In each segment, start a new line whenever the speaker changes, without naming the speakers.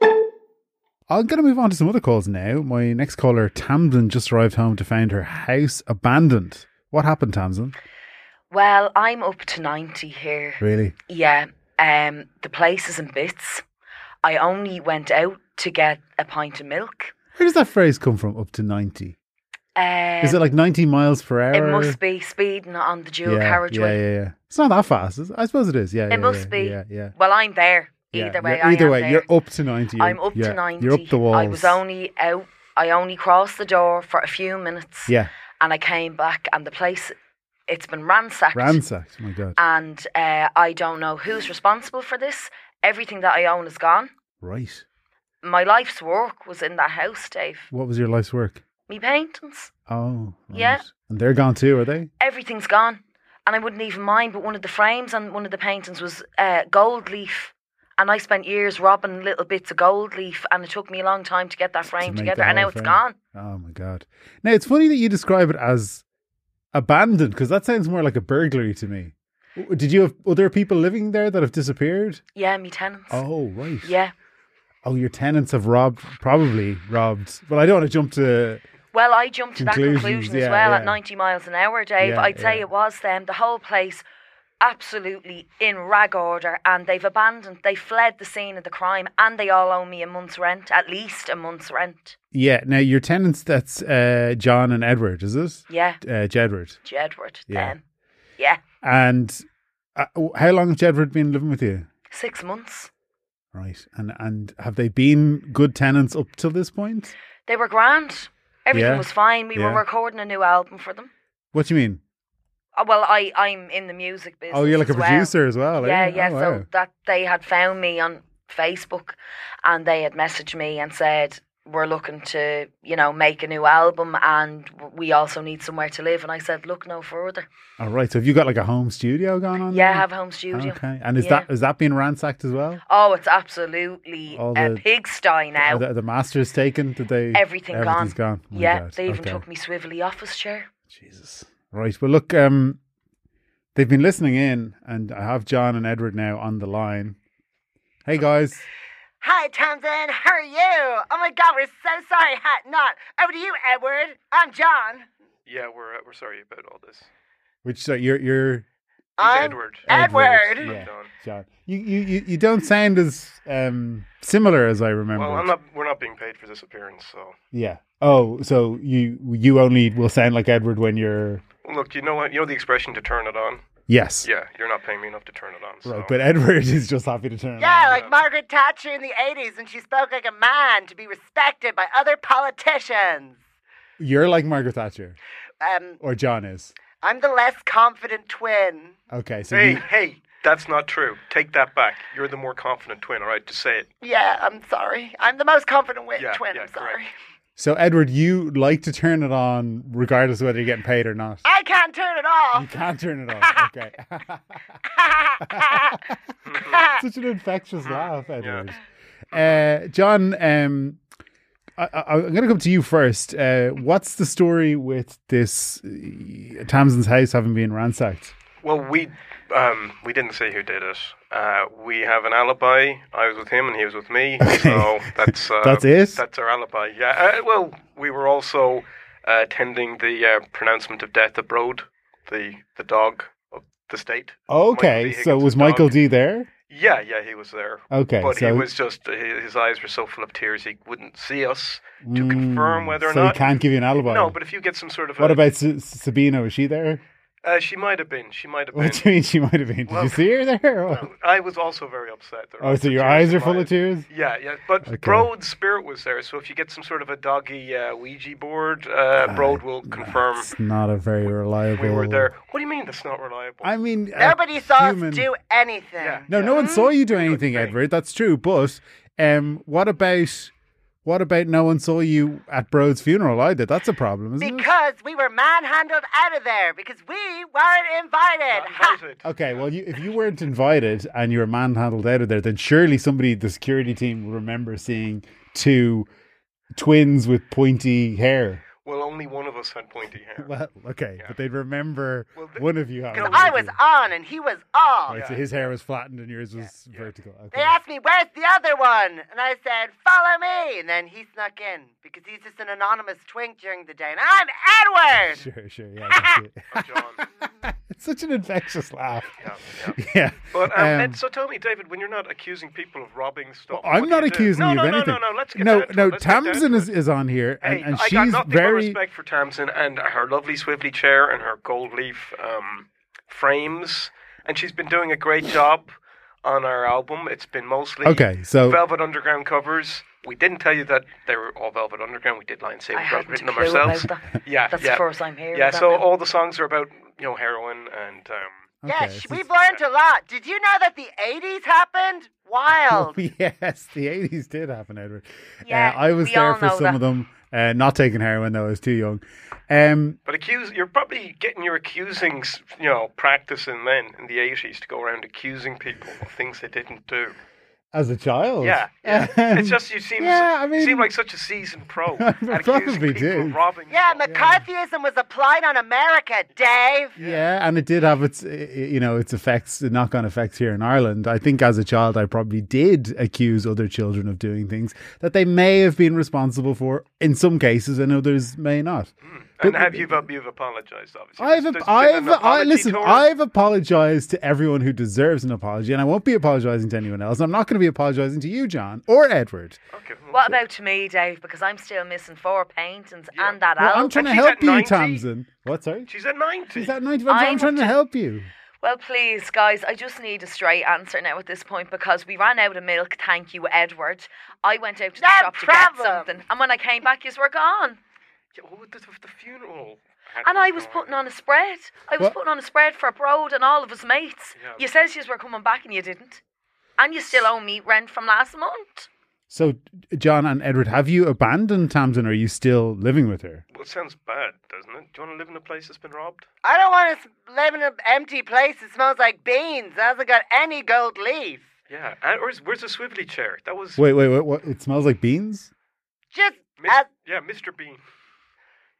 I'm going to move on to some other calls now. My next caller, Tamsin, just arrived home to find her house abandoned. What happened, Tamsin?
Well, I'm up to 90 here.
Really?
Yeah, um, the place is in bits. I only went out to get a pint of milk.
Where does that phrase come from, up to 90?
Um,
Is it like 90 miles per hour?
It must be speeding on the dual carriageway.
Yeah, yeah, yeah. It's not that fast. is it? I suppose it is. Yeah,
It
yeah,
must
yeah,
be.
Yeah, yeah.
Well, I'm there.
Yeah,
Either way,
you're- either
I am
way,
there.
you're up to 90.
I'm up
yeah,
to 90.
You're up the walls.
I was only out, I only crossed the door for a few minutes
Yeah,
and I came back and the place, it's been ransacked.
ransacked. Oh my God.
and uh, I don't know who's responsible for this. Everything that I own is gone.
Right.
My life's work was in that house, Dave.
What was your life's work?
Me paintings,
Oh, right.
Yeah.
And they're gone too, are they?
everything's gone. And I wouldn't even mind, but one of the frames on one of the paintings was uh, gold leaf. And I spent years robbing little bits of gold leaf, and it took me a long time to get that frame
make
together.
the
And
whole
now it's
frame.
gone.
Oh my God. Now, it's funny that you describe it as abandoned because that sounds more like a burglary to me. W- Did you have other people living there that have disappeared?
Yeah, me tenants.
Oh, right.
Yeah.
Oh, your tenants have robbed, probably robbed. Well, I don't want to jump to.
Well, I jumped to that
Conclusions,
conclusion
yeah,
as well
yeah.
at 90 miles an hour, Dave.
Yeah,
I'd say
yeah.
it was them. The whole place absolutely in rag order and they've abandoned, they fled the scene of the crime and they all owe me a month's rent, at least a month's rent.
Yeah. Now, your tenants, that's uh, John and Edward, is it?
Yeah,
Uh, Jedward.
Jedward,
Yeah.
them. Yeah,
And uh, w- how long has Jedward been living with you?
six months.
Right. And and have they been good tenants up till this point?
They were grand. Everything
Yeah,
was fine. We
yeah.
were recording a new album for them.
What do you mean?
Oh, well, I, I'm in the music business.
Oh, you're like a
as well.
producer as well. eh?
Yeah, yeah.
Oh,
So
wow.
that they had found me on Facebook and they had messaged me and said, We're looking to, you know, make a new album and w- we also need somewhere to live. And I said, Look no further.
All right. So have you got like a home studio going on?
Yeah, I
there?
have a home studio.
Oh, Okay. And is
Yeah.
that is that being ransacked as well?
Oh, it's absolutely
All
a
the-
pigsty
Are
now.
the, are the masters taken? Did they?
Everything gone.
everything's gone. Oh My
yeah,
God.
they even
Okay.
took me swivelly office chair.
Jesus. Right. Well, look, um, they've been listening in, and I have John and Edward now on the line. Hey guys.
Hi, Tamsin. How are you? Oh my God, we're so sorry. Hi, not over to you, Edward. I'm John.
Yeah, we're uh, we're sorry about all this. He's
Which so you're you're
I'm
Edward.
Edward.
Edward,
not
yeah.
John.
John. You you you, you don't sound as um similar as I remember.
Well, I'm not. We're not being paid for this appearance, so.
Yeah. Oh, so you you only will sound like Edward when you're
Well, look, you know what? You know the expression to turn it on.
yes.
Yeah, you're not paying me enough to turn it on. So.
Right, but Edward is just happy to turn. it
Yeah,
on.
like Margaret Thatcher in the 80s when she spoke like a man to be respected by other politicians.
You're like Margaret Thatcher,
Um,
or John is.
I'm the less confident twin.
Okay, so
hey,
you,
hey, that's not true. Take that back. You're the more confident twin. All right, just say it.
Yeah, I'm sorry. I'm the most confident wi-
Yeah,
twin.
yeah,
I'm sorry.
so Edward, you like to turn it on regardless of whether you're getting paid or not.
Ah.
I can't turn it
You
off.
can't turn it on. Okay. Such an infectious laugh, Edward. Uh, John, um, I, I, I'm going to come to you first. Uh, what's the story with this uh, Tamsin's house having been ransacked?
Well, we um we didn't say who did it. Uh, we have an alibi. I was with him and he was with me. So that's uh,
That's it?
That's our alibi. Yeah. Uh, well, we were also uh, attending the uh, pronouncement of death abroad. The the dog of the state.
Okay,
Michael D.
so was
Higgins'
Michael
dog.
D there?
Yeah, yeah, he was there.
Okay,
But
so
he was just his, his eyes were so full of tears he wouldn't see us to
Mm,
confirm whether or
so
not.
he can't give you an alibi.
no, but if you get some sort of
what
a,
about S- Sabina? Was she there?
Uh, she might have been. She might have
What do
been.
you mean she might have been? Did you
Well-
see her there?
I was also very upset. There
oh,
were
so your
tears
eyes
in
are
my
full of
eyes.
tears.
Yeah, yeah, but
Okay.
Broad's spirit was there. So if you get some sort of a doggy uh, Ouija board,
Ah,
uh, Broad will
Um,
confirm
It's not a very reliable.
we were there. What do you mean that's not reliable?
I mean, a
Nobody saw
human-
us do Mm-hmm. anything.
Yeah.
No, no one saw you do anything,
thing.
Edward. That's true. But um, what about what about no one saw you at Broad's funeral either? That's a problem, isn't it?
Because we were manhandled out of there because we weren't invited.
Not
Ha!
invited.
Okay, well, you, if you weren't invited and you were manhandled out of there, then surely somebody, the security team, will remember seeing two twins with pointy hair.
Well, only one of us had pointy hair.
Well, okay,
Yeah.
but they'd remember
Well, th-
one of you. had
Because
one
I
of
was
you.
on and he was off.
Right, so
Yeah.
his hair was flattened and yours was
Yeah.
vertical. Okay.
They asked me, where's the other one? And I said, follow me. And then he snuck in because he's just an anonymous twink during the day. And I'm Edward.
Sure, sure, yeah. I can see
Oh, John.
it. it's such an infectious laugh.
Yeah, yeah.
Yeah.
But um,
Um,
Ed, so tell me, David, when you're not accusing people of robbing stuff,
Well, I'm
what do
not
you do?
accusing
no,
you
no,
of
no,
anything.
No, no, let's get
no,
down to
no.
it. Let's get down
Tamsin
to
is,
it.
is on here, and,
Hey,
and
I got
she's
nothing but
very.
respect for Tamsin and her lovely swivelly chair and her gold leaf um, frames, and she's been doing a great job on our album. It's been mostly
Okay, so
Velvet Underground covers. We didn't tell you that they were all Velvet Underground. We did line say
I
we wrote
hadn't
written
a
them
clue about
ourselves.
that.
Yeah,
That's
yeah,
the first I'm hearing.
yeah.
that
So
now.
all the songs are about you know heroin and um,
okay,
yes,
this
we've
is-
learned a lot. Did you know that the 80s happened? Wild.
oh, yes, the eighties did happen, Edward.
Yeah,
uh, I was
we
there
all
for
know
some
that.
of them. Uh, not taking heroin though; I was too young. Um,
But accuse, you're probably getting your accusing, s- you know, practice in then in the eighties to go around accusing people of things they didn't do.
as a child,
Yeah, yeah.
Um,
it's just you seem,
yeah, I
you
mean-
seem like such a seasoned pro.
I
at accusing
probably
people
do.
of robbing.
Yeah,
people.
McCarthyism was applied on America, Dave.
Yeah, and it did have its, uh, you know, its effects, the knock-on effects here in Ireland. I think as a child, I probably did accuse other children of doing things that they may have been responsible for in some cases, and others may not.
and
But-
have you you've apologized? Obviously,
I've,
There's- there's been
I've,
an
I,
apology
listen,
tour.
I've apologized to everyone who deserves an apology, and I won't be apologizing to anyone else. I'm not going to be apologizing to you, John, or Edward.
Okay, well,
What about to me, Dave? Because I'm still missing four paintings
Yeah.
and that
Well,
album.
I'm trying to
she's
help
at
you,
90.
Tamsin. What, sorry?
She's at ninety.
Is that 95? I'm
I'm
trying to
up to-
help you.
Well, please, guys, I just need a straight answer now at this point because we ran out of milk. Thank you, Edward. I went out to the
No
shop to
problem.
get something, and when I came back, yous were gone.
Yeah, well, the, the funeral. had
And
to
I
go
was
on.
putting on a spread. I was
What?
putting on a spread for Broad and all of his mates.
Yeah.
You says yous were coming back, and you didn't. And you still owe me rent from last month.
So, John and Edward, have you abandoned Tamsin, or are you still living with her?
Well, it sounds bad, doesn't it? Do you want to live in a place that's been robbed?
I don't want to live in an empty place that smells like beans. That hasn't got any gold leaf.
Yeah. And where's where's the swivelly chair? That was
Wait, wait, wait! What? It smells like beans.
Just,
Mis-
uh,
yeah, Mr. Bean.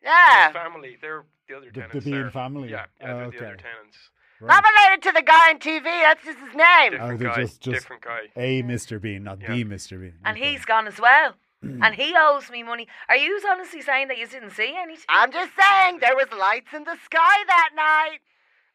His
yeah.
family. They're the other
The- the
tenants.
Bean
there.
family.
Yeah, yeah they're the other
Okay. Oh,
tenants.
Not related to the guy on TV. That's just his name.
Different
they're
guy.
just- just-
Different guy.
A Mr. Bean, not
Yeah.
the Mr. Bean.
And
Okay.
he's gone as well. and he owes me money. Are you honestly saying that you didn't see anything?
I'm just saying, there was lights in the sky that night.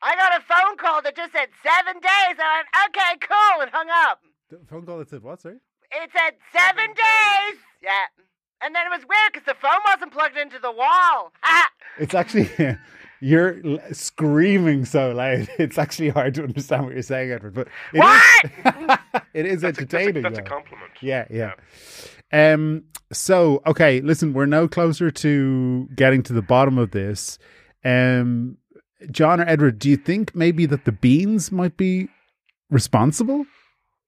I got a phone call that just said seven days. I went, okay, cool, and hung up.
The phone call that said what? Sorry.
It said seven days. Yeah. And then it was weird because the phone wasn't plugged into the wall. Ah.
It's actually you're l- screaming so loud. It's actually hard to understand what you're saying, Edward. But it is- it is
That's a, that's, a,
entertaining.
that's a
though.
compliment.
yeah, yeah. Um. So okay, listen, we're no closer to getting to the bottom of this. Um, John or Edward, do you think maybe that the beans might be responsible?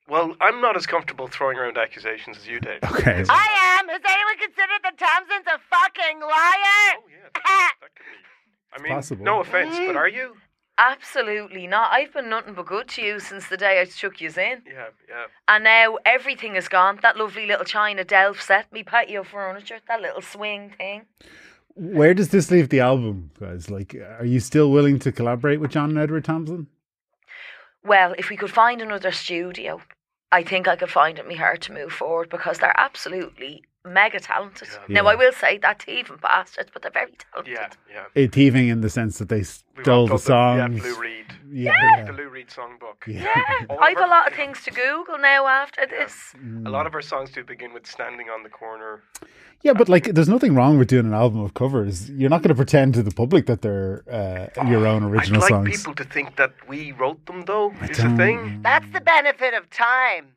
Well, I'm not as comfortable throwing around accusations as you, Dave. Oh,
Okay.
It's-
I am. Is anyone considered that Thompson's a fucking liar? Ah.
oh, yeah. That, that could be. I mean,
possible.
no offense, but are you?
Absolutely not. I've been nothing but good to you since the day I took yous in.
Yeah, yeah.
And now everything is gone. That lovely little China Delph set, me patio furniture, that little swing thing.
Where does this leave the album, guys? Like, are you still willing to collaborate with John and Edward Thompson?
Well, if we could find another studio, I think I could find it me hard to move forward because they're absolutely mega talented.
Yeah.
Now I will say that even bastards, but they're very talented.
Yeah, yeah.
Eh, thieving in the sense that they
We've
stole
all
the
got the-
songs.
Yeah, Blue Reed.
yeah,
The Lou Reed songbook.
yeah.
Yeah,
All
I've
of
a
our-
lot of
yeah.
things to Google now after
Yeah.
this.
Mm.
A lot of our songs do begin with standing on the corner.
Yeah, but like, there's nothing wrong with doing an album of covers. You're not going to pretend to the public that they're uh, your own original
I'd like
songs.
people to think that we wrote them, though.
I
Is
don't-
the thing.
That's the benefit of time.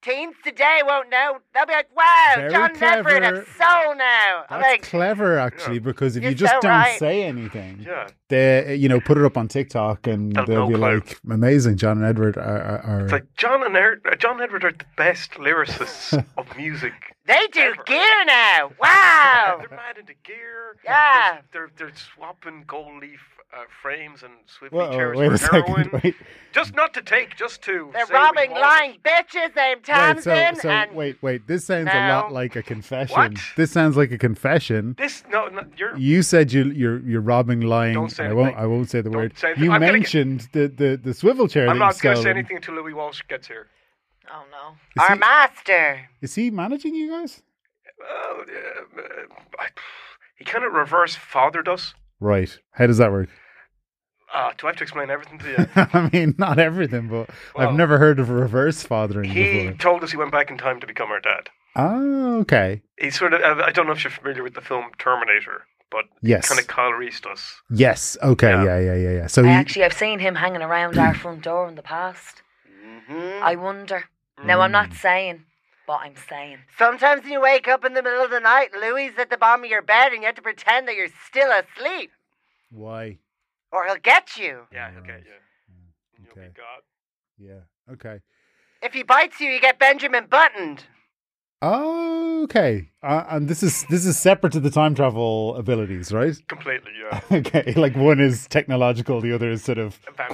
Teens today won't know. They'll be like, wow,
Very
John Everett
clever.
of Soul now. I'm
That's
like,
clever, actually,
Yeah.
because if you
You're
just
so
don't
right.
say anything,
Yeah,
they you know put it up on TikTok and
They'll
they'll,
no
be
clue.
like, "Amazing, John and Edward are." are, are-
it's like John and er- uh, John Edward are the best lyricists of music.
they do
Clever.
gear now. Wow.
They're mad into gear.
Yeah.
They're, they're they're swapping gold leaf uh, frames and swivelly
Whoa,
chairs
wait
for
a second.
heroin.
Wait,
Just not to take, just to.
They're
say we
robbing
want
lying
it.
bitches named
wait,
Thompson
so, so
and
wait, wait. This sounds a
now-
lot like a confession.
What?
This sounds like a confession.
This no, no you're
You said you, you're you're robbing, lying.
Don't say
and I won't.
anything.
I won't say the
Don't
word.
say anything.
you
I'm gonna get-
mentioned the, the the swivel chair.
I'm
that
not
going to
say anything until Louis Walsh gets here.
Oh no.
Is
our
he,
master.
is he managing you guys?
Well, uh, uh, I- he kind of reverse fathered us.
Right. How does that work?
Uh, do I have to explain everything to you?
I mean, not everything, but I've
Well,
never heard of reverse fathering
he
before.
told us he went back in time to become our dad.
Oh, okay.
He sort of, I I don't know if you're familiar with the film Terminator, but
Yes.
kind of Kyle Reese
Oh,
us.
Yes. Okay.
Yeah.
Yeah. Yeah. Yeah. Yeah. So
I
he,
actually I've seen him hanging around our front door in the past.
hmm
I wonder. Now I'm
Hmm. Mm.
not saying what I'm saying.
Sometimes you wake up in the middle of the night, Louis at the bottom of your bed, and you have to pretend that you're still asleep,
why?
or he'll get you.
Yeah,
Alright.
he'll get you. You'll be
Okay.
God.
Yeah. Okay.
If he bites you, you get Benjamin buttoned.
Okay. Uh, and this is this is separate to the time travel abilities, right?
Completely, yeah.
Okay, like one is technological, the other is sort of
Vampiric,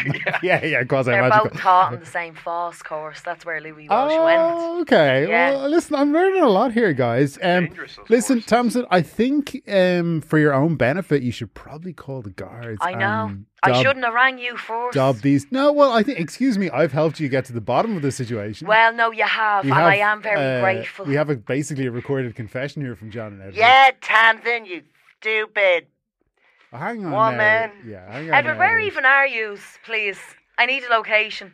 quasi.
yeah.
Yeah, yeah, quasi
They're
magical.
both taught in the same force course. That's where Louis Walsh went.
Oh, okay.
Yeah.
Well, listen, I'm learning a lot here, guys. Um,
Dangerous, those
listen,
forces.
Thompson, I think um, for your own benefit, you should probably call the guards.
I know.
and
I
dob-
shouldn't have rang you first.
dob these. No, well, I think. Excuse me, I've helped you get to the bottom of the situation.
Well, no, you have,
We
and I
have,
am very
uh,
grateful.
We have a, basically a recorded confession here from John and Edward.
Yeah, Tamsin, you stupid.
hang on.
Woman.
now. Yeah, hang on.
Edward,
now,
where even are you, please? I need a location.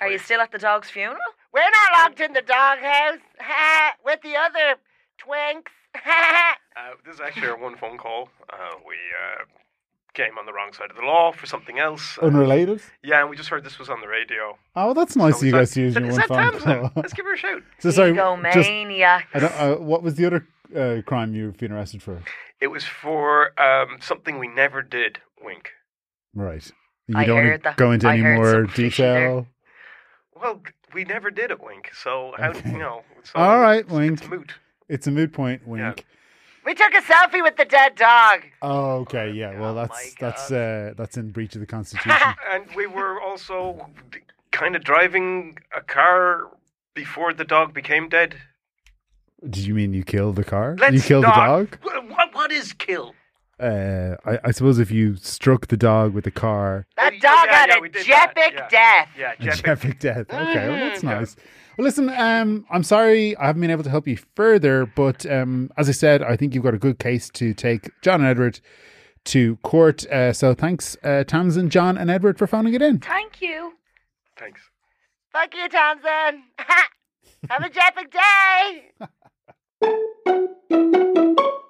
Are you still at the dog's funeral?
We're not locked in the doghouse ha, with the other twinks. Ha,
Uh, this is actually our one phone call. Uh, we uh, came on the wrong side of the law for something else. Uh,
Unrelated.
yeah, and we just heard this was on the radio.
Oh, well, that's nice
So
of you
we
guys
thought,
to use
"Is
your
that-
one phone
is that Tamsin?
call.
Let's give her a shout.
so sorry, just,
Egomaniac.
I don't, uh, what was the other uh, crime you've been arrested for?
It was for um, something we never did. Wink.
Right. You
I
don't wanna
heard that.
go into
I
any
heard
more
some fishy there.
detail.
Well, we never did it, Wink. So how
Okay.
you know? So
All right,
it's,
Wink.
It's moot.
It's a moot point,
Yeah.
wink.
we took a selfie with the dead dog.
Oh, okay, yeah. Well,
Oh
that's
my
that's
God.
uh, that's in breach of the constitution.
And we were also kind of driving a car before the dog became dead.
Did you mean you killed the car?
Let's
you killed
not-
the dog?
Wh- What, what is kill?
Uh, I, I suppose if you struck the dog with a car,
That
Yeah,
dog
yeah,
had
yeah,
a
we did that,
jepic
yeah.
death.
Yeah,
a
Jeff.
Jeffy death. Okay, well, that's nice. Well, listen, um, I'm sorry I haven't been able to help you further, but um, as I said, I think you've got a good case to take John and Edward to court. Uh, so thanks, uh, Tamsin, John, and Edward for phoning it in.
Thank you.
Thanks.
Fuck you, Thompson. Have a jepic day.